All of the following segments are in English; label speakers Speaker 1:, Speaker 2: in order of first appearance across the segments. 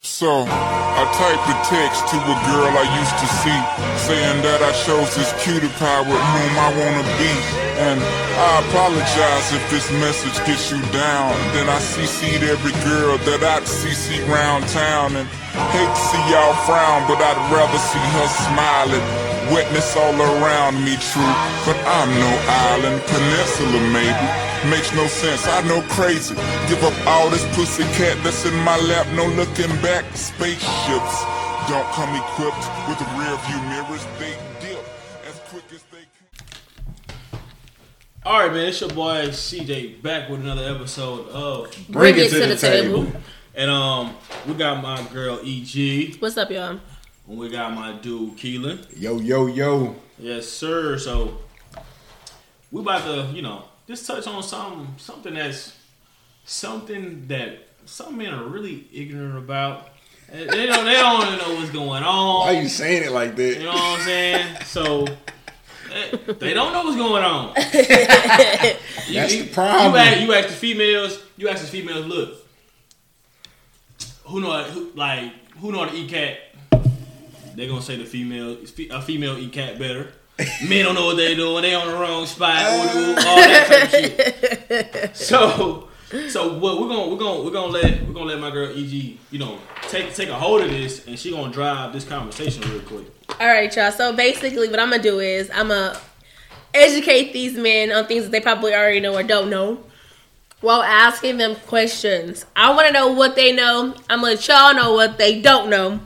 Speaker 1: So, I typed a text to a girl I used to see, saying that I chose this cutie pie with whom I wanna be. And I apologize if this message gets you down. Then I CC'd every girl that I'd CC round town. And hate to see y'all frown, but I'd rather see her smiling. Witness all around me, true. But I'm no island, peninsula maybe. Makes no sense, I know crazy. Give up all this pussy cat that's in my lap, no looking back. Spaceships don't come equipped with rear view mirrors, they dip as quick as they can.
Speaker 2: All right, man. It's your boy CJ back with another episode of,
Speaker 3: Bring it to the table.
Speaker 2: and um, we got my girl EG,
Speaker 3: What's up, y'all?
Speaker 2: and we got my dude Keelan.
Speaker 4: Yo, yo, yo.
Speaker 2: Yes, sir. So we about to, you know, just touch on some something that's something that some men are really ignorant about. They they don't, they don't even know what's going on.
Speaker 4: Why you saying it like
Speaker 2: You
Speaker 4: that?
Speaker 2: know what I'm saying? So eh, they don't know what's going on. You-
Speaker 4: That's
Speaker 2: you-
Speaker 4: the problem.
Speaker 2: You ask, you ask the females. You ask the females. Look, who know? Who, like who know how to eat cat? They gonna say the female. fe- A female eat cat better. Men don't know what they doing. They on the wrong spot. ooh, ooh, all that type of shit. So, so what we're gonna we're gonna we're gonna let we're gonna let my girl Eg you know take take a hold of this and she gonna drive this conversation real quick.
Speaker 3: All right, y'all. So basically, what I'm gonna do is I'm gonna educate these men on things that they probably already know or don't know, while asking them questions. I want to know what they know. I'm gonna let y'all know what they don't know.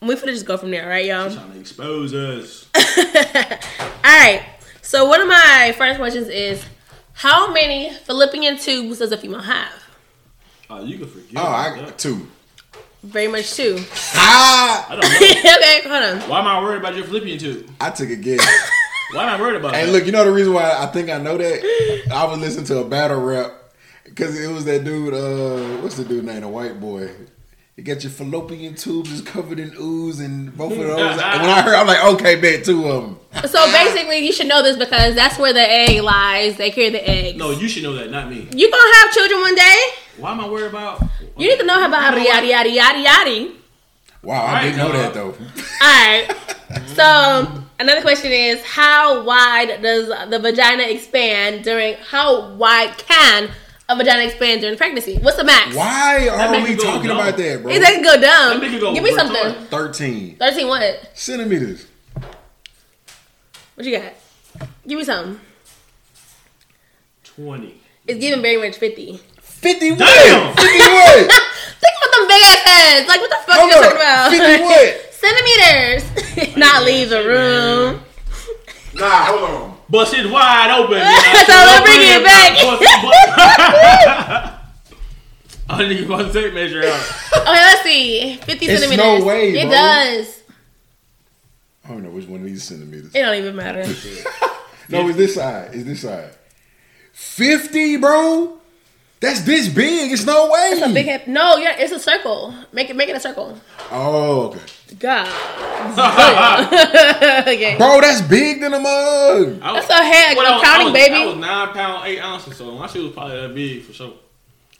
Speaker 3: And we finna just go from there, all right, y'all?
Speaker 2: Trying to expose us.
Speaker 3: All right. So one of my first questions is, how many Philippian tubes does a female have?
Speaker 2: Oh, you can forget.
Speaker 4: Oh,
Speaker 2: about
Speaker 4: I
Speaker 2: that.
Speaker 4: two.
Speaker 3: Very much two.
Speaker 4: Ah,
Speaker 2: I don't know.
Speaker 3: okay, hold on.
Speaker 2: Why am I worried about your Philippian tube?
Speaker 4: I took a guess.
Speaker 2: Why am I worried about it?
Speaker 4: hey, look, you know the reason why I think I know that? I was listening to a battle rap because it was that dude. Uh, what's the dude name? A white boy. You got your fallopian tubes is covered in ooze and both of those. and when I heard, I'm like, okay, bet two of them.
Speaker 3: So basically, you should know this because that's where the egg lies. They carry the egg.
Speaker 2: No, you should know that, not me.
Speaker 3: You gonna have children one day.
Speaker 2: Why am I worried about?
Speaker 3: You need to know about yaddy yaddy yaddy yaddy.
Speaker 4: Wow, I
Speaker 2: Right,
Speaker 4: didn't know
Speaker 2: dog.
Speaker 4: that though.
Speaker 3: Alright. So another question is how wide does the vagina expand during how wide can a vagina expand during pregnancy? What's the max?
Speaker 4: Why are
Speaker 2: make
Speaker 4: we
Speaker 2: you go
Speaker 4: talking
Speaker 2: dumb.
Speaker 4: about that, bro?
Speaker 3: Is that go dumb?
Speaker 2: That nigga go
Speaker 3: Give me
Speaker 2: retarded.
Speaker 3: something.
Speaker 4: Thirteen
Speaker 3: Thirteen what?
Speaker 4: centimeters.
Speaker 3: What you got? Give me something.
Speaker 2: Twenty.
Speaker 3: It's giving very much fifty.
Speaker 4: Fifty what?
Speaker 2: Damn!
Speaker 4: Fifty what?
Speaker 3: Think about them big ass heads. Like what the fuck
Speaker 4: Hold
Speaker 3: you
Speaker 4: up.
Speaker 3: talking about?
Speaker 4: 50 what?
Speaker 3: Centimeters. Not leave the room.
Speaker 4: Nah, hold on.
Speaker 2: Bust it wide open.
Speaker 3: So let's bring it back.
Speaker 2: I need to about to tape measure out.
Speaker 3: Okay, let's see. Fifty
Speaker 4: It's
Speaker 3: centimeters.
Speaker 4: no way,
Speaker 3: it
Speaker 4: bro.
Speaker 3: does.
Speaker 4: I don't know which one of these centimeters.
Speaker 3: It don't even matter.
Speaker 4: No, it's this side. It's this side. Fifty, bro. That's this big. It's no way.
Speaker 3: It's a big hip. No, yeah, it's a circle. Make it, make it a circle.
Speaker 4: Oh, okay.
Speaker 3: God. okay.
Speaker 4: Bro, that's big than a mug.
Speaker 2: I
Speaker 3: That's a head.
Speaker 2: Well, I
Speaker 3: I'm
Speaker 2: was-
Speaker 3: counting,
Speaker 2: I was,
Speaker 3: baby.
Speaker 2: I was nine pound eight ounces, so my shoe was probably that big for sure.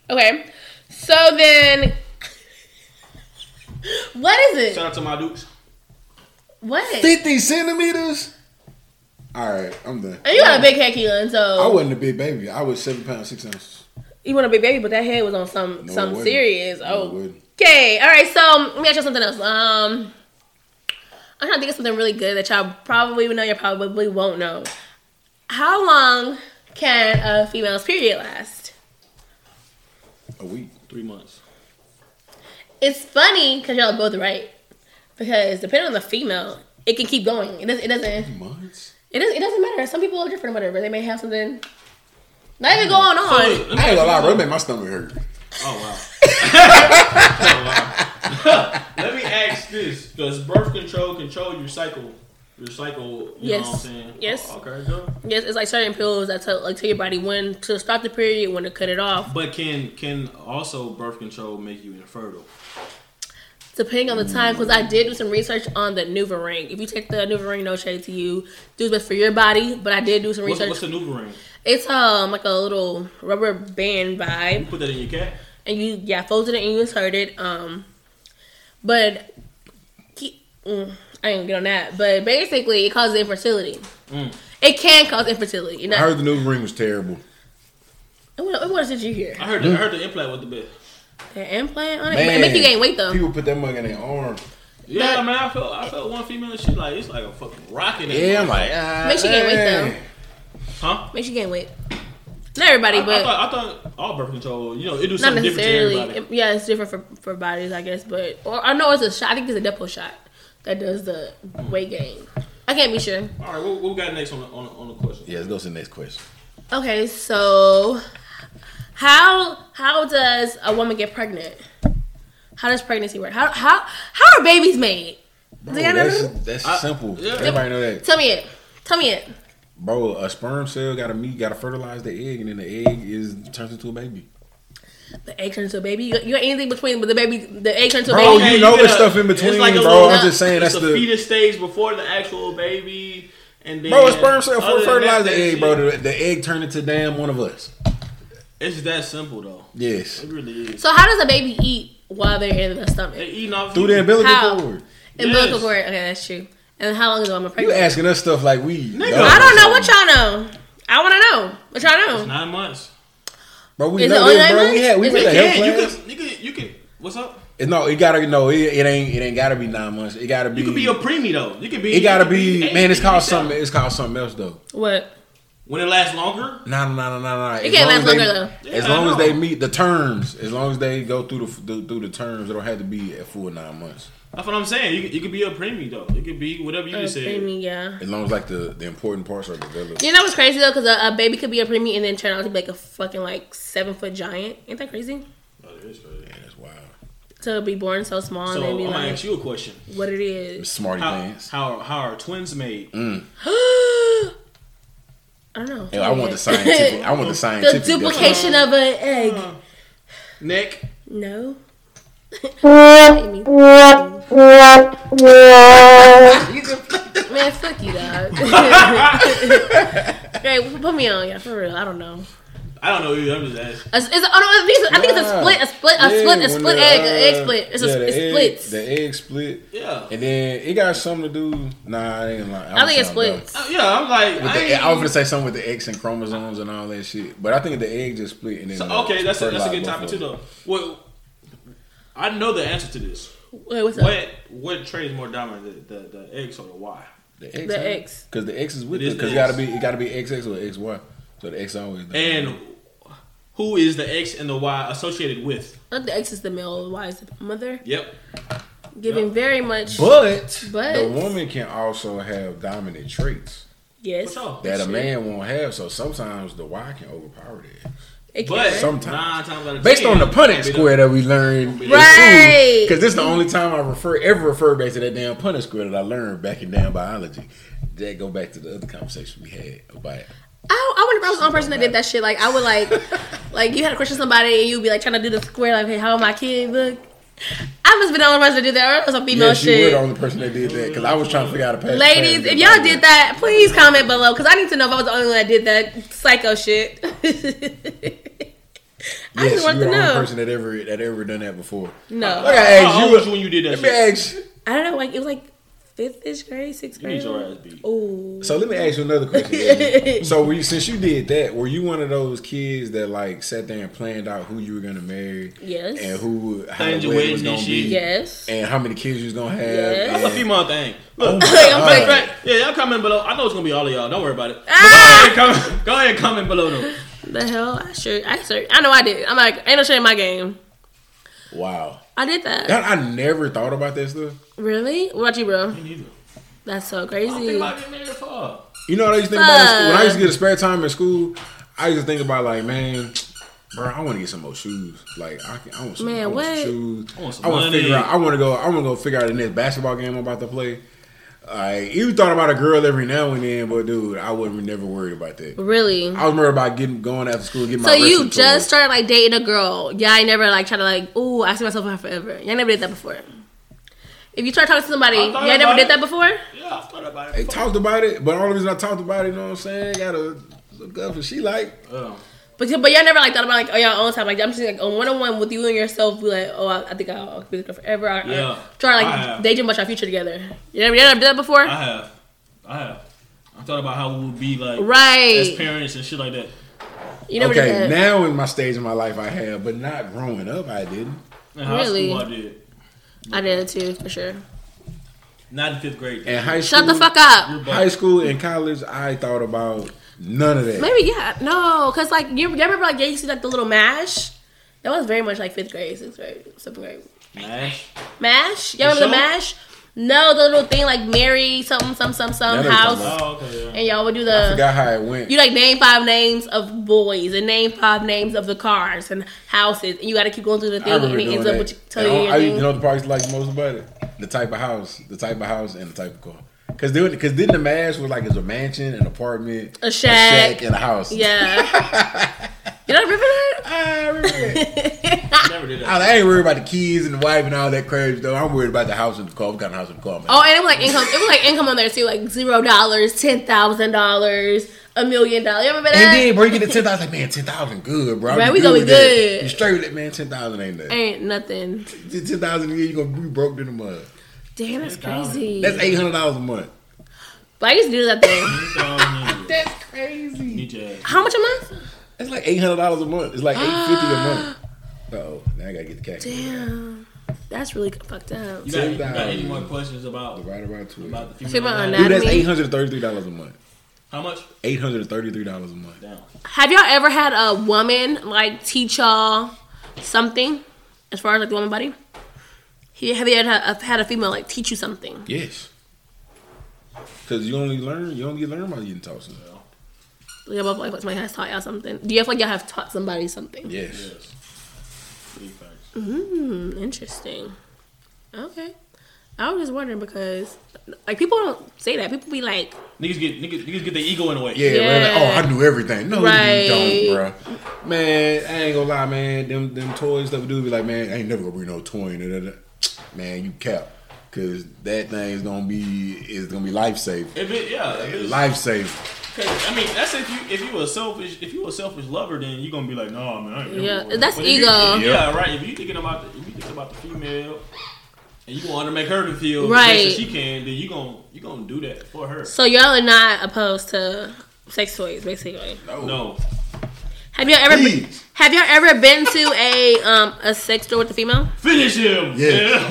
Speaker 3: Okay. So then, what is
Speaker 2: Shout
Speaker 3: it?
Speaker 2: out to my dukes.
Speaker 3: What?
Speaker 4: Fifty centimeters. All right, I'm done.
Speaker 3: And you got a big head, Keelan.
Speaker 4: I
Speaker 3: So
Speaker 4: wasn't a big baby. I was seven pounds six ounces.
Speaker 3: you want a big baby, but that head was on some
Speaker 4: No, it
Speaker 3: some
Speaker 4: wasn't.
Speaker 3: serious.
Speaker 4: No, it
Speaker 3: Oh.
Speaker 4: wasn't.
Speaker 3: Okay. All right. So let me ask you something else. Um, I'm trying to think of something really good that y'all probably would know. You probably won't know. How long can a female's period last?
Speaker 4: A week.
Speaker 2: Three months.
Speaker 3: It's funny because y'all are both right. Because depending on the female, it can keep going. It doesn't. It doesn't.
Speaker 4: Months.
Speaker 3: It doesn't, it doesn't matter. Some people are different, or whatever. They may have something not even going on.
Speaker 4: I ain't gonna lie, bro. It made my stomach hurt.
Speaker 2: Oh wow. Let me ask this: Does birth control control your cycle? Your cycle, you know what I'm
Speaker 3: Yes.
Speaker 2: saying?
Speaker 3: Yes.
Speaker 2: Oh, okay, good.
Speaker 3: Yes, it's like certain pills that tell like tell your body when to stop the period, when to cut it off,
Speaker 2: But can can also birth control make you infertile?
Speaker 3: depending on the time. Because I did do some research on the NuvaRing. If you take the NuvaRing, no shade to you, do what's best for your body. But I did do some
Speaker 2: What's,
Speaker 3: research.
Speaker 2: what's the new ring?
Speaker 3: it's um like a little rubber band vibe.
Speaker 2: You put that in your cat.
Speaker 3: and you yeah folded it and you inserted um But he- mm, I ain't gonna get on that. But basically, it causes infertility.
Speaker 2: Mm.
Speaker 3: It can cause infertility. You know,
Speaker 4: I heard the new ring was terrible.
Speaker 3: And what, what else did you hear?
Speaker 2: I heard, the, I heard the implant was the best.
Speaker 3: The implant on it It make you gain weight though.
Speaker 4: People put that mug in their arm.
Speaker 2: Yeah, man, I felt I felt one female. She like it's like a fucking rocket.
Speaker 4: Yeah, I'm like, ah,
Speaker 3: Makes you gain weight, though.
Speaker 4: dang.
Speaker 2: huh?
Speaker 3: Makes you gain weight. Not everybody,
Speaker 2: I, I,
Speaker 3: but
Speaker 2: thought, I thought all birth control, you know, it do
Speaker 3: not
Speaker 2: something different to
Speaker 3: necessarily.
Speaker 2: everybody.
Speaker 3: yeah, it's different for, for bodies, I guess. But or I know it's a shot. I think it's a depot shot that does the weight gain. I can't be sure.
Speaker 2: All right, what, what we got next on the, on, the, on the question?
Speaker 4: Yeah, let's go to the next question.
Speaker 3: Okay, so how how does a woman get pregnant? How does pregnancy work? How how how are babies made? Do y'all know that?
Speaker 4: that's that's
Speaker 2: I-
Speaker 4: simple.
Speaker 2: yeah.
Speaker 4: Everybody know that.
Speaker 3: Tell me it. Tell me it.
Speaker 4: Bro, a sperm cell got to meet, got to fertilize the egg, and then the egg is turns into a baby.
Speaker 3: The egg turns into a baby. You, you ain't anything between, but the baby, the egg turns into a
Speaker 4: Bro,
Speaker 3: baby.
Speaker 4: you know there's stuff in between, bro. I'm just saying
Speaker 2: it's
Speaker 4: that's
Speaker 2: the,
Speaker 4: the-
Speaker 2: fetus stage before the actual baby, and then
Speaker 4: Bro, a sperm cell
Speaker 2: other
Speaker 4: for
Speaker 2: than
Speaker 4: fertilize
Speaker 2: that,
Speaker 4: the
Speaker 2: that
Speaker 4: egg,
Speaker 2: shit-
Speaker 4: bro. The, the egg turned into damn one of us.
Speaker 2: It's that simple though.
Speaker 4: Yes,
Speaker 2: It really is.
Speaker 3: So how does a baby eat while they're in the
Speaker 2: They
Speaker 3: summer?
Speaker 2: eating off
Speaker 4: through the umbilical
Speaker 3: How?
Speaker 4: cord.
Speaker 3: Umbilical
Speaker 2: Yes.
Speaker 3: cord. Okay, that's true. And how long is the woman
Speaker 4: You
Speaker 3: pregnant?
Speaker 4: asking us stuff like we?
Speaker 2: Nigga,
Speaker 3: I don't know what y'all know. I want to know what y'all know.
Speaker 2: nine months.
Speaker 4: Bro, we
Speaker 3: Is
Speaker 4: know
Speaker 3: it
Speaker 4: this,
Speaker 3: online
Speaker 4: bro. We had we
Speaker 3: Is
Speaker 4: went
Speaker 3: it-
Speaker 4: to health
Speaker 2: Yeah, you
Speaker 4: class.
Speaker 2: could, you could, you could. What's up?
Speaker 4: It- No, it gotta no. It, it ain't it ain't gotta be nine months. It gotta be.
Speaker 2: You could be a preemie though. You could be.
Speaker 4: it gotta
Speaker 2: you could
Speaker 4: be
Speaker 2: eight,
Speaker 4: man. It's
Speaker 2: you could
Speaker 4: called
Speaker 2: be
Speaker 4: something.
Speaker 2: seven.
Speaker 4: It's called something else though.
Speaker 3: What?
Speaker 2: When it lasts longer,
Speaker 4: No, no, no, no, no, no. It
Speaker 3: can't last
Speaker 4: they,
Speaker 3: longer,
Speaker 2: though.
Speaker 4: As
Speaker 2: Yeah,
Speaker 4: long
Speaker 2: I
Speaker 4: as they
Speaker 2: know.
Speaker 4: meet the terms, as long as they go through the through, through the terms, it don't have to be a full nine months.
Speaker 2: that's what I'm saying. You, could- you could be a preemie though. You could be whatever you
Speaker 3: A
Speaker 2: just said.
Speaker 3: preemie, yeah.
Speaker 4: As long as like the, the important parts are developed.
Speaker 3: You know what's crazy though? Because a, a baby could be a preemie and then turn out to be like a fucking like seven foot giant. Ain't that crazy?
Speaker 2: Oh, that is crazy.
Speaker 4: Man, that's wild.
Speaker 3: To be born so small
Speaker 2: So
Speaker 3: and then
Speaker 2: I'm
Speaker 3: be
Speaker 2: gonna
Speaker 3: like,
Speaker 2: ask you a question.
Speaker 3: what it
Speaker 4: It's
Speaker 3: is.
Speaker 4: smarty
Speaker 2: How,
Speaker 4: pants.
Speaker 2: how, how are twins made?
Speaker 4: Mm.
Speaker 3: I don't know.
Speaker 4: Yo, I want the scientific. I want the
Speaker 3: the
Speaker 4: scientific. definition.
Speaker 3: duplication of an egg.
Speaker 2: Nick,
Speaker 3: No. Man, fuck you, dog. Great, put me on, yeah, for real. I don't know.
Speaker 2: I don't know either. I'm just asking.
Speaker 3: It's, it's, oh no, it's, I think it's a
Speaker 4: Yeah.
Speaker 3: split, a split, a
Speaker 4: Yeah,
Speaker 3: split, a
Speaker 4: when
Speaker 3: split
Speaker 4: the,
Speaker 3: egg,
Speaker 4: uh,
Speaker 3: an egg split. It's
Speaker 4: yeah,
Speaker 3: a,
Speaker 4: the
Speaker 3: it
Speaker 4: egg-
Speaker 3: splits.
Speaker 4: The egg split.
Speaker 2: Yeah.
Speaker 4: And then it got something to do. Nah, it ain't like
Speaker 3: I think it
Speaker 4: split.
Speaker 3: splits.
Speaker 2: Uh, yeah, I'm like.
Speaker 4: With
Speaker 2: I
Speaker 4: the,
Speaker 2: ain't-
Speaker 4: I was gonna say something with the X and chromosomes and all that shit, but I think the egg just split and then.
Speaker 2: so,
Speaker 4: uh,
Speaker 2: okay, that's a, that's a good
Speaker 4: fertilized
Speaker 2: topic
Speaker 4: both
Speaker 2: too
Speaker 4: of them.
Speaker 2: though. Well, I know the answer to this.
Speaker 3: Wait, what's up?
Speaker 2: What what trait is more dominant, the, the, the eggs or the Y?
Speaker 4: The X,
Speaker 3: The X.
Speaker 4: because the X is with
Speaker 2: It
Speaker 4: it.
Speaker 2: is
Speaker 4: Because it
Speaker 2: the X.
Speaker 4: gotta be it gotta be XX or XY. So the X always. the-
Speaker 2: And who is the X and the Y associated with?
Speaker 3: I think the X is the male, Y is the mother.
Speaker 2: Yep.
Speaker 3: Giving
Speaker 2: Yeah.
Speaker 3: very much.
Speaker 4: but
Speaker 3: But-
Speaker 4: the woman can also have dominant traits
Speaker 2: For
Speaker 3: yes.
Speaker 2: sure.
Speaker 4: that a
Speaker 3: Sure.
Speaker 4: man won't have. So sometimes the Y can overpower that.
Speaker 3: It can,
Speaker 2: But
Speaker 3: right?
Speaker 4: Sometimes.
Speaker 2: nine times out of
Speaker 4: Based
Speaker 2: ten,
Speaker 4: on the punning
Speaker 2: it'll be the-
Speaker 4: square that we learned,
Speaker 3: Right.
Speaker 4: Because this is the only time I refer ever refer back to that damn punning square that I learned back in damn biology. That go back to the other conversation we had about.
Speaker 3: I, I wonder if I was the only person that did that shit. Like I would like, like you had a question somebody and you'd be like trying to do the square, like, hey, how my kid look? I must be the only person that did that, or it was a female
Speaker 4: yeah, you were
Speaker 3: shit.
Speaker 4: the only person that did that because I was trying to figure out how to pass.
Speaker 3: Ladies, if y'all did that, please comment below because I need to know if I was the only one that did that psycho shit. I just want
Speaker 4: you
Speaker 3: to
Speaker 4: were the only
Speaker 3: know.
Speaker 4: person that ever that ever done that before.
Speaker 3: No,
Speaker 4: Look, I asked
Speaker 2: How old
Speaker 4: you.
Speaker 2: was you Oh, when you did that
Speaker 4: Let me
Speaker 2: shit?
Speaker 4: ask.
Speaker 3: I don't know. Like it was like fifth ish grade, sixth
Speaker 2: You
Speaker 3: grade.
Speaker 2: need your ass beat.
Speaker 3: Ooh.
Speaker 4: So let me ask you another question. Eddie. so were you, since you did that, were you one of those kids that like sat there and planned out who you were gonna marry?
Speaker 3: Yes.
Speaker 4: And who how
Speaker 2: Planned
Speaker 4: the
Speaker 2: your
Speaker 4: wedding was
Speaker 2: wedding
Speaker 4: gonna
Speaker 2: and
Speaker 4: be?
Speaker 2: shit.
Speaker 3: Yes.
Speaker 4: And how many kids you was gonna have?
Speaker 3: Yes.
Speaker 2: That's a
Speaker 4: and-
Speaker 2: female thing.
Speaker 4: Oh
Speaker 2: Look,
Speaker 4: my
Speaker 3: I'm like,
Speaker 4: God.
Speaker 2: Right. Yeah, y'all comment below. I know it's gonna be all of y'all. Don't worry about it. But
Speaker 3: Ah!
Speaker 2: Go, ahead, and comment, go ahead and comment below them.
Speaker 3: The hell? I sure. I sure. I know I did. I'm like, ain't no shit in my game.
Speaker 4: Wow.
Speaker 3: I did that.
Speaker 4: God, I never thought about that stuff.
Speaker 3: Really? What about you, bro?
Speaker 2: Me neither.
Speaker 3: That's so
Speaker 2: I don't think
Speaker 3: crazy.
Speaker 2: about getting married for.
Speaker 4: You know what I used to think about in school? When I used to get a spare time in school, I used to think about like, man, bro, I want to get some more shoes. Like, I, can, I want some,
Speaker 3: Man,
Speaker 4: I want some
Speaker 3: what?
Speaker 4: shoes.
Speaker 2: I want some
Speaker 4: I want to
Speaker 2: money.
Speaker 4: figure out. I want to go. I want to go figure out the next basketball game I'm about to play. Like, you thought about a girl every now and then, but dude, I wasn't never worried about that.
Speaker 3: Really?
Speaker 4: I was worried about getting going after school, getting
Speaker 3: So
Speaker 4: my.
Speaker 3: you
Speaker 4: wrestling tour.
Speaker 3: just started like dating a girl. Yeah, I never like try to like. Ooh, I see myself in her forever. Y'all never did that before. If you try talking to somebody,
Speaker 2: I
Speaker 3: y'all
Speaker 2: thought
Speaker 3: never
Speaker 2: about
Speaker 3: did
Speaker 2: it.
Speaker 3: that before.
Speaker 2: Yeah, I thought about
Speaker 4: They
Speaker 2: it. before.
Speaker 4: talked about it, but all the reason I talked about it, you know what I'm saying? Gotta look up what she like.
Speaker 2: Um,
Speaker 3: But, y- but y'all never like thought about like oh y'all own time like I'm just like on one on one with you and yourself be like oh I, I think I'll, I'll be with her forever I,
Speaker 2: Yeah.
Speaker 3: I try to
Speaker 2: I
Speaker 3: like
Speaker 2: have.
Speaker 3: daydream about our future together you never you never did that before
Speaker 2: I have. I have. I thought about how we would be like as
Speaker 3: right
Speaker 2: parents and shit like that.
Speaker 3: you never
Speaker 4: okay,
Speaker 3: did that
Speaker 4: now in my stage of my life, I have, but not growing up, I didn't.
Speaker 2: In high
Speaker 3: Really?
Speaker 2: school, I did.
Speaker 3: I did it too for sure
Speaker 2: Not in fifth grade.
Speaker 4: In high school,
Speaker 3: shut the fuck up
Speaker 2: You're
Speaker 4: High
Speaker 2: back.
Speaker 4: school and college, I thought about none of that.
Speaker 3: maybe yeah no because like you, you remember like yeah you see like the little mash that was very much like fifth grade sixth grade seventh grade
Speaker 2: Mash.
Speaker 3: mash y'all remember the
Speaker 2: show?
Speaker 3: mash no the little thing like Mary something some some some
Speaker 4: That ain't
Speaker 3: house
Speaker 4: no mash.
Speaker 2: Oh, okay. Yeah.
Speaker 3: and y'all would do
Speaker 4: I
Speaker 3: the
Speaker 4: forgot how it went.
Speaker 3: You like name five names of boys and name five names of the cars and houses, and you got to keep going through the
Speaker 4: I
Speaker 3: thing, and
Speaker 4: remember
Speaker 3: it
Speaker 4: doing
Speaker 3: ends
Speaker 4: that.
Speaker 3: up with you,
Speaker 4: And
Speaker 3: telling you
Speaker 4: I,
Speaker 3: your
Speaker 4: I,
Speaker 3: name.
Speaker 4: you know the parts liked most about it? The type of house, the type of house, and the type of car. Cause they would- cause then the mash was like it's a mansion, an apartment,
Speaker 3: A shack.
Speaker 4: and a house.
Speaker 3: yeah. you don't remember that?
Speaker 4: I, remember that.
Speaker 2: I never did that.
Speaker 4: I ain't worried about the keys and the wife and all that crazy though. I'm worried about the house and the car. What kind of house and the car? man?
Speaker 3: Oh, and it was like income. It was like income on there too, like zero dollars, ten thousand dollars, a million dollars. You remember that?
Speaker 4: And then bro, you get to ten thousand. Like man, ten thousand good, bro. I'm
Speaker 3: Right, we gonna
Speaker 4: with
Speaker 3: be
Speaker 4: that.
Speaker 3: good.
Speaker 4: You straight with it, man. Ten thousand ain't that.
Speaker 3: Ain't nothing.
Speaker 4: Ten thousand a year, you gonna be broke in a month.
Speaker 3: Damn, that's crazy.
Speaker 4: That's eight hundred dollars a month.
Speaker 3: But I used to do that thing.
Speaker 2: Um,
Speaker 4: That's crazy.
Speaker 2: Need your ass.
Speaker 3: How much a month?
Speaker 4: It's like eight hundred dollars a month. It's like eight fifty a month. Oh, now I gotta get the cash.
Speaker 3: Damn, that's really fucked up.
Speaker 2: You got, you got any
Speaker 4: $10,000.
Speaker 2: more questions about
Speaker 4: Right around twenty.
Speaker 2: about the
Speaker 3: Say
Speaker 2: female?
Speaker 3: about
Speaker 2: anatomy?
Speaker 4: Dude, that's
Speaker 3: Anatomy.
Speaker 4: eight hundred thirty-three dollars a month.
Speaker 2: How much?
Speaker 4: Eight hundred thirty-three dollars a month.
Speaker 2: Down.
Speaker 3: Have y'all ever had a woman like teach y'all something as far as like the woman body? He- Have you ever had a, had a female like teach you something?
Speaker 4: Yes. Cause you only learn, you only learn by getting taught something.
Speaker 3: Like, about, like somebody has taught y'all something. Do you feel like y'all have taught somebody something?
Speaker 4: Yes.
Speaker 2: Yes. Big facts.
Speaker 4: Mm.
Speaker 3: Hmm, interesting. Okay, I was just wondering because like people don't say that. People be like,
Speaker 2: Niggas get niggas, niggas get their ego in the way.
Speaker 4: Yeah.
Speaker 3: Yeah.
Speaker 4: Right? Like, oh, I do everything. No,
Speaker 3: Right.
Speaker 4: you don't, bro. Man, I ain't gonna lie, man. Them them toys that we do be like, man, I ain't never gonna bring no toy. in it. Man, you cap. Cause that thing is gonna be is gonna be life saving.
Speaker 2: If it, yeah, if it's-
Speaker 4: Life saving.
Speaker 2: 'cause, I mean, that's if you if you a selfish if you a selfish lover, then you gonna be like, no, man. I ain't never
Speaker 3: Yeah,
Speaker 2: going."
Speaker 3: that's
Speaker 2: But if you-
Speaker 3: ego.
Speaker 2: yeah, right. If you thinking about the, if you thinking about the female, and you want to make her to feel
Speaker 3: Right.
Speaker 2: the best that she can, then you gonna you gonna do that for her.
Speaker 3: so y'all are not opposed to sex toys, basically.
Speaker 4: Oh,
Speaker 2: No,
Speaker 3: Have y'all ever been,
Speaker 4: Please.
Speaker 3: have y'all ever been to a um a sex store with a female?
Speaker 2: finish him.
Speaker 4: Yeah.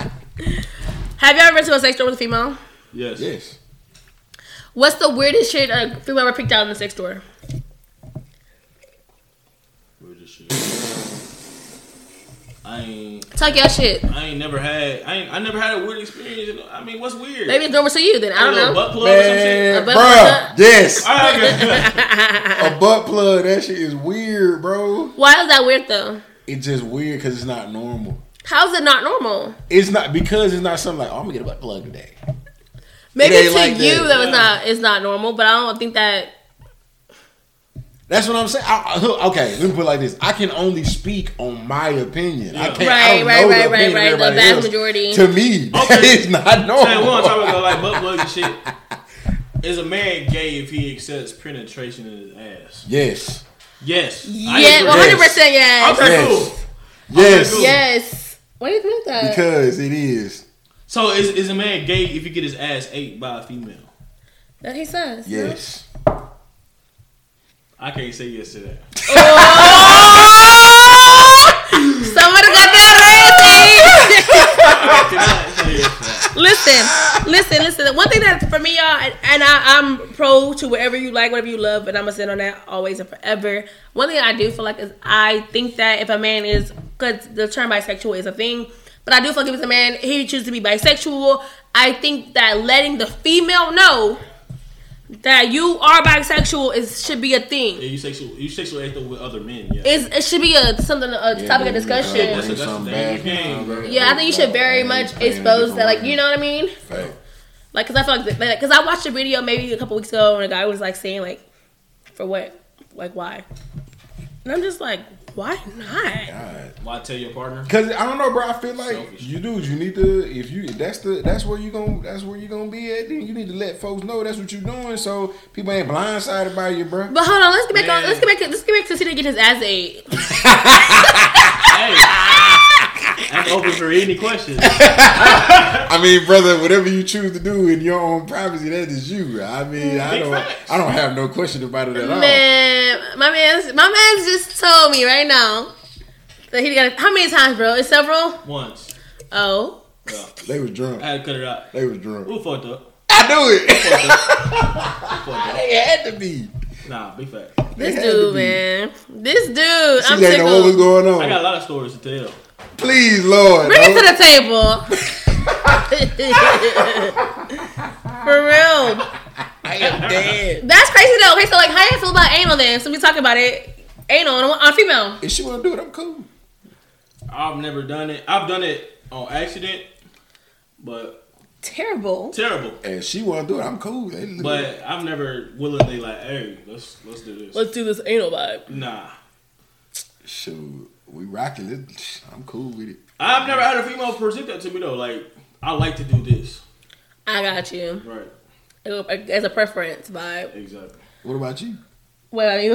Speaker 3: Have you ever been to a sex store with a female?
Speaker 2: yes.
Speaker 4: Yes.
Speaker 3: What's the weirdest shit a female ever picked out in the sex store?
Speaker 2: Where this shit? I ain't
Speaker 3: Talk y'all shit.
Speaker 2: I ain't never had I ain't I never had a weird experience. you know? I mean, what's weird?
Speaker 3: Maybe it's normal to you then. I
Speaker 2: a
Speaker 3: don't
Speaker 2: little
Speaker 3: know.
Speaker 2: butt plug or some shit.
Speaker 4: Man,
Speaker 3: A butt
Speaker 4: Eh, bruh,
Speaker 3: plug?
Speaker 4: yes.
Speaker 2: All right,
Speaker 4: A butt plug, that shit is weird, bro.
Speaker 3: Why is that weird though?
Speaker 4: It's just weird because it's not normal.
Speaker 3: How's it not normal?
Speaker 4: It's not because it's not something like, oh, I'm gonna get a butt plug today.
Speaker 3: Maybe
Speaker 4: ain't
Speaker 3: to
Speaker 4: like
Speaker 3: you
Speaker 4: that.
Speaker 3: that, it's not it's not normal, but I don't think that
Speaker 4: That's what I'm saying. I, I- okay, let me put it like this: I can only speak on my opinion. I can't.
Speaker 3: Right,
Speaker 4: I don't
Speaker 3: right,
Speaker 4: know
Speaker 3: right,
Speaker 4: the
Speaker 3: right,
Speaker 4: opinion of
Speaker 3: right. The
Speaker 4: everybody
Speaker 3: vast
Speaker 4: else.
Speaker 3: majority.
Speaker 4: To me, that
Speaker 2: Okay.
Speaker 4: is not normal.
Speaker 2: man, we don't talk about like butt plugs and shit. Is a man gay if he accepts penetration in his ass?
Speaker 4: yes,
Speaker 2: Yes. I
Speaker 3: yeah,
Speaker 2: agree.
Speaker 3: one hundred percent yes,
Speaker 2: Okay,
Speaker 4: Yes.
Speaker 2: cool.
Speaker 4: yes,
Speaker 2: cool.
Speaker 3: yes. Why do you think that?
Speaker 4: because it is.
Speaker 2: So is is a man gay if he get his ass ate by a female?
Speaker 3: that he says
Speaker 4: Yes.
Speaker 2: I can't say yes to that.
Speaker 3: Oh! Somebody got that crazy.
Speaker 2: I cannot say yes to that.
Speaker 3: Listen, listen, listen. The One thing that for me, y'all, and, and I, I'm pro to whatever you like, whatever you love, and I'm gonna sit on that always and forever. One thing I do feel like is I think that if a man is, because the term bisexual is a thing, but I do feel like if it's a man, he chooses to be bisexual. I think that letting the female know that you are bisexual is should be a
Speaker 2: Yeah,
Speaker 3: thing.
Speaker 2: you sexual you sexual act with other men. Yeah.
Speaker 3: It's, it should be a something a topic of discussion.
Speaker 2: Yeah, that's- that's the thing.
Speaker 3: Yeah, I think you should very much expose that. Like, you know what I mean?
Speaker 4: Fact.
Speaker 3: Like, cause I feel like, like, cause I watched a video maybe a couple weeks ago, and a guy was like saying like, for what, like why? And I'm just like, Why not?
Speaker 4: God.
Speaker 2: Why tell your partner?
Speaker 4: Cause I don't know, bro. I feel like
Speaker 2: Selfish.
Speaker 4: you dudes, you need to if you if that's the that's where you going that's where you gonna be at. Then you need to let folks know that's what you're doing, so people ain't blindsided by you, bro.
Speaker 3: But hold on, let's get back on.
Speaker 2: Man.
Speaker 3: Let's get back. to- Let's get back to Cena getting his ass ate.
Speaker 2: Hey, I'm open for any questions.
Speaker 4: I mean, brother, whatever you choose to do in your own privacy, that is you. I mean, I
Speaker 2: Big
Speaker 4: don't
Speaker 2: facts.
Speaker 4: I don't have no question about it at all.
Speaker 3: Man, my man's my man's just told me right now that he got how many times, bro? It's several.
Speaker 2: Once,
Speaker 3: Oh,
Speaker 2: Yeah.
Speaker 4: They was
Speaker 2: I
Speaker 4: drunk.
Speaker 2: had to cut it out.
Speaker 4: They was drunk.
Speaker 2: We fucked up.
Speaker 4: I knew it.
Speaker 2: Fucked up.
Speaker 4: they had to be.
Speaker 2: Nah, big fact.
Speaker 4: They
Speaker 3: this
Speaker 4: had to
Speaker 3: dude,
Speaker 4: be.
Speaker 3: man, this dude.
Speaker 4: She
Speaker 3: I'm
Speaker 4: didn't know what was
Speaker 3: tickled.
Speaker 4: going
Speaker 2: I got
Speaker 4: on.
Speaker 2: a lot of stories to tell.
Speaker 4: Please, Lord.
Speaker 3: Bring it
Speaker 4: don't-
Speaker 3: to the table. For real,
Speaker 4: I am dead.
Speaker 3: that's crazy though. Okay, so like, how you feel about anal then? So we talk about it. Anal on, on female.
Speaker 4: If she wanna do it, I'm cool.
Speaker 2: I've never done it. I've done it on accident, but
Speaker 3: Terrible.
Speaker 2: terrible.
Speaker 4: And she wanna do it, I'm cool. They-
Speaker 2: But I've never willingly like, hey, let's let's do this.
Speaker 3: Let's do this anal vibe.
Speaker 2: Nah,
Speaker 4: shoot, we rocking it. I'm cool with it.
Speaker 2: I've never had a female present that to me though. Like, I like to do this.
Speaker 3: I got you.
Speaker 2: Right.
Speaker 3: As a preference vibe.
Speaker 2: Exactly.
Speaker 4: What about you?
Speaker 3: What about you?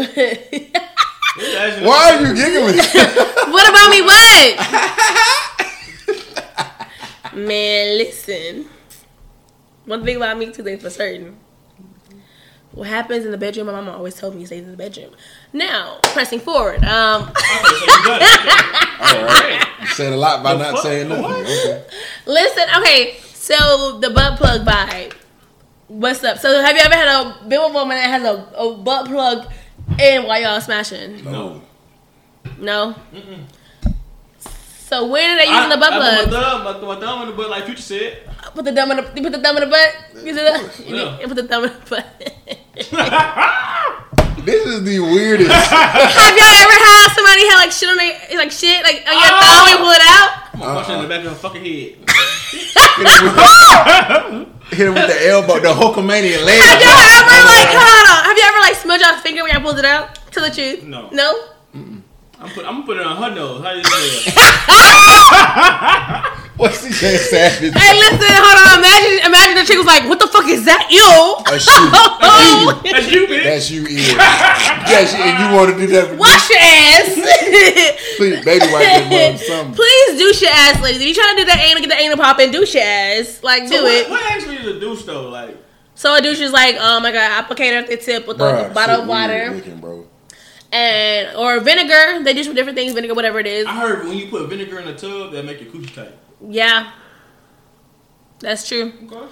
Speaker 4: Why are you giggling?
Speaker 3: What about me? What? Man, listen. One thing about me, two things for certain. What happens in the bedroom? My mama always told me stays in the bedroom. Now, pressing forward. Um,
Speaker 4: all right. You said a lot by
Speaker 2: The
Speaker 4: not
Speaker 2: fuck?
Speaker 4: saying nothing.
Speaker 2: What?
Speaker 4: Okay.
Speaker 3: listen. Okay, so the butt plug vibe. What's up? So, have you ever had a been with a woman that has a, a butt plug in while y'all smashing?
Speaker 2: No.
Speaker 3: No. So, when are they using
Speaker 2: I,
Speaker 3: the butt
Speaker 2: I
Speaker 3: plug?
Speaker 2: put my thumb, my, th- my thumb in the butt, like Future said.
Speaker 3: Put the thumb in the you put the thumb in the butt. You do that. You
Speaker 2: Yeah.
Speaker 3: put the thumb in the butt.
Speaker 4: This is the weirdest.
Speaker 3: Have y'all ever had somebody had like shit on their like shit like on your
Speaker 2: Oh!
Speaker 3: thumb and pull it out?
Speaker 2: I'm gonna punch her in
Speaker 4: Uh-uh.
Speaker 2: the back of her fucking head.
Speaker 4: Hit him with the elbow, the Hulkamania leg.
Speaker 2: Ah!
Speaker 3: Have y'all
Speaker 2: Oh,
Speaker 3: ever like hold on? Have you ever like smudged y'all finger when y'all pulled it out? Tell the truth.
Speaker 2: No.
Speaker 3: No.
Speaker 2: I'm put, I'm gonna put it on her nose. How you feel?
Speaker 4: What's he saying, Savage?
Speaker 3: Hey, listen, hold on. Imagine, imagine the chick was like, "What the fuck is that? Ew."
Speaker 4: That's you.
Speaker 3: Oh,
Speaker 2: That's you, bitch.
Speaker 4: That's you, Ian. Yes, and you want to do that for
Speaker 3: wash your ass.
Speaker 4: Please, baby wipe that mom something.
Speaker 3: Please douche your ass, ladies. If you trying to do that anal, get the anal pop and douche your ass. Like, do
Speaker 2: what,
Speaker 3: it.
Speaker 2: What actually is a douche though? Like,
Speaker 3: So a douche is like, oh my god, applicator at the tip with
Speaker 4: Bruh,
Speaker 3: a bottle
Speaker 4: shit
Speaker 3: of
Speaker 4: weird
Speaker 3: water
Speaker 4: Looking, bro.
Speaker 3: and or vinegar. They dish with different things, vinegar, whatever it is.
Speaker 2: I heard when you put vinegar in a tub, that make your coochie tight.
Speaker 3: Yeah, that's true.
Speaker 2: Okay.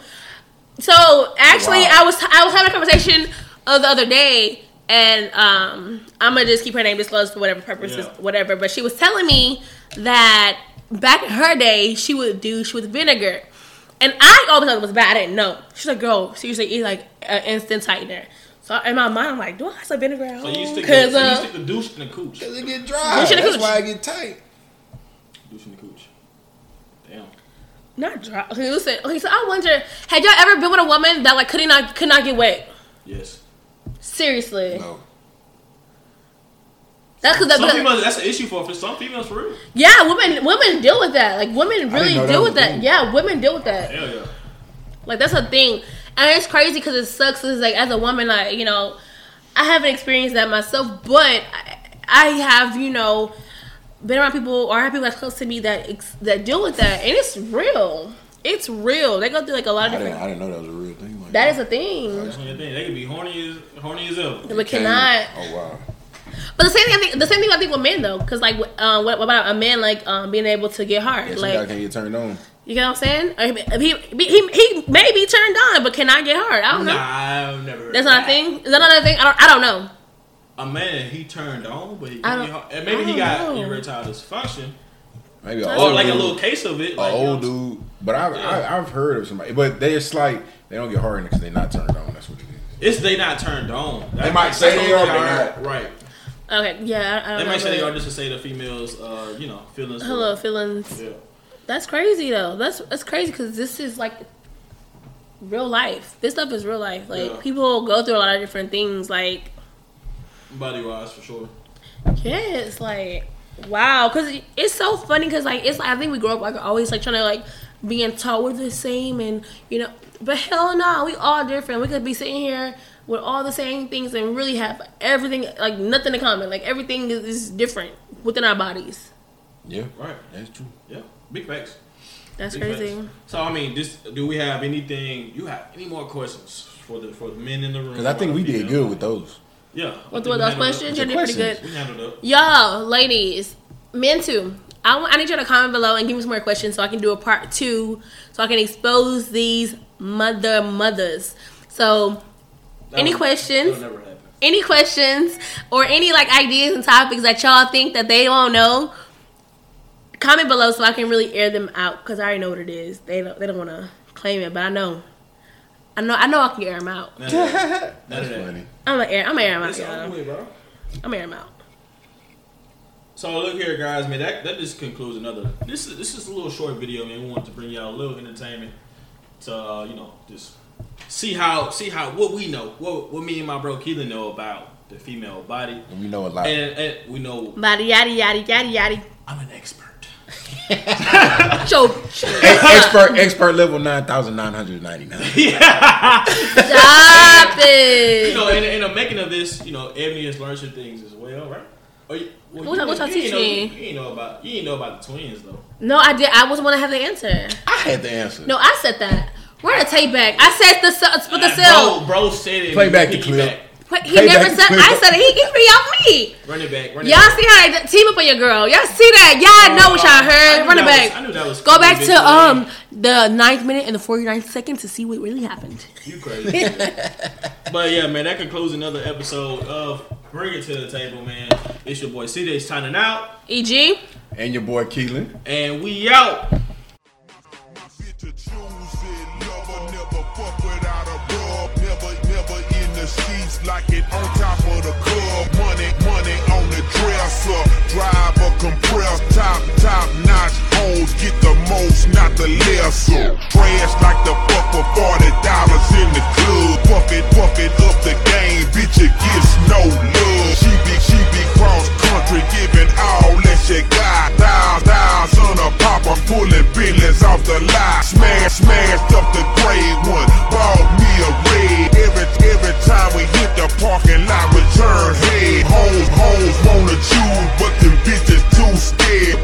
Speaker 3: So actually,
Speaker 4: Wow.
Speaker 3: I was I was having a conversation of the other day, and um, I'm gonna just keep her name disclosed for whatever purposes,
Speaker 2: Yeah.
Speaker 3: whatever. But she was telling me that back in her day, she would douche with vinegar, and I always thought it was bad. I didn't know. She's like, "Girl, seriously, eat like an instant tightener." So in my mind, I'm like, "Do I have some vinegar?" at
Speaker 2: So you
Speaker 3: home?"
Speaker 2: stick, the,
Speaker 3: 'Cause,
Speaker 2: so you
Speaker 3: uh,
Speaker 2: stick the douche in the cooch.
Speaker 4: Cause it get dry.
Speaker 3: You should've
Speaker 4: That's
Speaker 3: cooked.
Speaker 4: why it get tight.
Speaker 2: Douche in the cooch. Damn.
Speaker 3: not dry. Okay, listen. Okay, so I wonder, had y'all ever been with a woman that like could not could not get wet?
Speaker 2: Yes.
Speaker 3: Seriously,
Speaker 4: No.
Speaker 3: that's because
Speaker 2: Some females, that's an issue for for some females for real.
Speaker 3: Yeah, women women deal with that. Like women really
Speaker 4: know that
Speaker 3: deal
Speaker 4: was
Speaker 3: with that.
Speaker 4: a thing.
Speaker 3: Yeah, women deal with that.
Speaker 2: Hell yeah.
Speaker 3: Like that's a thing, and it's crazy because it sucks. Is like as a woman, like you know, I haven't experienced that myself, but I, I have you know been around people or have people that's close to me that ex- that deal with that, and it's real. It's real. They go through like a lot
Speaker 4: I
Speaker 3: of
Speaker 4: didn't,
Speaker 3: different.
Speaker 4: I didn't know that was a real thing. Like
Speaker 3: That is a thing,
Speaker 2: That's one of the things. They could be horny as horny as ever.
Speaker 3: but
Speaker 4: Damn.
Speaker 3: cannot.
Speaker 4: Oh wow.
Speaker 3: But the same thing. I think the same thing I think with men though, because like, uh, what about a man like um, being able to get hard?
Speaker 4: Yeah,
Speaker 3: like,
Speaker 4: like, can get turned on.
Speaker 3: You know what I'm saying? Or He, he, he, he may be turned on, but can I get hard? I don't
Speaker 2: Nah,
Speaker 3: know.
Speaker 2: I've never. heard
Speaker 3: That's not a
Speaker 2: that.
Speaker 3: thing. Is that not a thing? I don't. I don't know.
Speaker 2: A man he turned on, but he
Speaker 3: I
Speaker 2: couldn't
Speaker 3: don't-
Speaker 2: get hard. and
Speaker 3: I
Speaker 2: maybe he
Speaker 3: don't
Speaker 2: got
Speaker 3: know.
Speaker 2: erectile dysfunction
Speaker 4: Maybe an
Speaker 2: or
Speaker 4: old
Speaker 2: like a
Speaker 4: dude,
Speaker 2: little case of it.
Speaker 4: an
Speaker 2: Like, you know
Speaker 4: old
Speaker 2: what I'm
Speaker 4: dude. But I, I I've heard of somebody, but they just like they don't get hard because they're not turned on. That's what it is.
Speaker 2: It's they not turned on. That's-
Speaker 4: might say
Speaker 2: that's
Speaker 4: they
Speaker 2: the only
Speaker 4: are,
Speaker 2: thing I
Speaker 4: but
Speaker 2: heard. Right.
Speaker 3: Okay. Yeah. I, I
Speaker 2: They
Speaker 3: don't
Speaker 2: might say they
Speaker 3: know.
Speaker 2: are
Speaker 3: but-
Speaker 2: just to say the females, uh, you know, feelings. were-
Speaker 3: Hello, feelings.
Speaker 2: Yeah.
Speaker 3: That's crazy though. That's that's crazy because this is like real life. This stuff is real life. Like
Speaker 2: Yeah.
Speaker 3: people go through a lot of different things. Like
Speaker 2: Body wise, for sure.
Speaker 3: Yes, like wow, because it's so funny. Because like it's I think we grow up like always like trying to like being taught we're the same, and you know, but hell no, we all different. We could be sitting here with all the same things and really have everything like nothing in common. Like everything is, is different within our bodies.
Speaker 4: Yeah,
Speaker 2: Right.
Speaker 4: that's true.
Speaker 2: Yeah. Big facts.
Speaker 3: That's
Speaker 2: Big
Speaker 3: crazy.
Speaker 2: facts. So I mean, this do we have anything? You have any more questions for the for the men in the room?
Speaker 4: Because I think we did good with those.
Speaker 2: Yeah.
Speaker 3: With
Speaker 2: I think we
Speaker 3: with those
Speaker 2: handled it.
Speaker 3: questions,
Speaker 4: Your
Speaker 3: you did pretty
Speaker 4: questions.
Speaker 3: good.
Speaker 2: We handled it.
Speaker 3: Y'all, ladies, men too. I, want, I need you to comment below and give me some more questions so I can do a part two so I can expose these mother mothers. So,
Speaker 2: That
Speaker 3: Any
Speaker 2: would-
Speaker 3: questions?
Speaker 2: That would never happen.
Speaker 3: any questions or any like ideas and topics that y'all think that they don't know, comment below so I can really air them out because I already know what it is. They don't, they don't want to claim it, but I know. I know I know I can air them out.
Speaker 2: None of that. None
Speaker 4: That's
Speaker 2: of that.
Speaker 4: funny.
Speaker 3: I'm gonna air I'm gonna air them out,
Speaker 2: It's all
Speaker 3: y'all.
Speaker 2: the way, bro.
Speaker 3: I'm gonna air them out.
Speaker 2: So look here, guys, man. That, that just concludes another. This is this is a little short video, man. We wanted to bring y'all a little entertainment to uh, you know just see how see how what we know, what what me and my bro Keelan know about the female body,
Speaker 4: And we know a lot.
Speaker 2: and, and we know
Speaker 3: Body yada yada yada yada.
Speaker 2: I'm an expert.
Speaker 3: Choke.
Speaker 4: expert expert level nine thousand nine hundred ninety nine.
Speaker 3: Stop it.
Speaker 2: You know, in, in the making of this, you know, Ebony has learned some things as well, right? Oh, you, well,
Speaker 3: What y'all- what y'all
Speaker 2: ain't know-
Speaker 3: teaching?
Speaker 2: you ain't know about you ain't know about the twins though.
Speaker 3: No, I did. I was want to have the answer.
Speaker 4: I had the answer.
Speaker 3: No, I said that. Where the tape back? I said the s- but the cell.
Speaker 2: bro, bro said it.
Speaker 4: Play back the clip.
Speaker 2: Piggyback.
Speaker 3: Wait, he
Speaker 4: Play
Speaker 3: never
Speaker 4: back
Speaker 3: said.
Speaker 4: the
Speaker 3: I
Speaker 4: clip.
Speaker 3: said it. He, he free off me.
Speaker 2: Run it back. Run it
Speaker 3: Y'all
Speaker 2: back.
Speaker 3: see how they team up on your girl? Y'all see that? Y'all know what y'all
Speaker 2: I knew
Speaker 3: heard. Run it
Speaker 2: that was- I
Speaker 3: back.
Speaker 2: knew that was
Speaker 3: Go back
Speaker 2: cool,
Speaker 3: to
Speaker 2: bitch.
Speaker 3: um the ninth minute and the 49th second to see what really happened.
Speaker 2: You crazy. but yeah, man, that concludes another episode of Bring It to the Table, man. It's your boy CJ signing out,
Speaker 3: E.G.
Speaker 4: And your boy Keelan.
Speaker 2: and we out.
Speaker 1: Get to choose it, lover, never fuck without a rub. Never, never in the sheets, like it on top of the club. Money, money on the dresser. Drive a compressed top, top notch hoes. Get the most, not the lesser. Trash like the fuck for forty dollars in the club. Fuck it, fuck it up the game, bitch. It gets no love. She be, she be cross country, giving all that she got. Thousands, thousands on a pop. I'm pulling billions off the lot. Smash, smashed up the gray one. Bought me a red. Every, every time we hit the parking lot, return head. Hoes, hoes wanna choose, but them bitches too scared.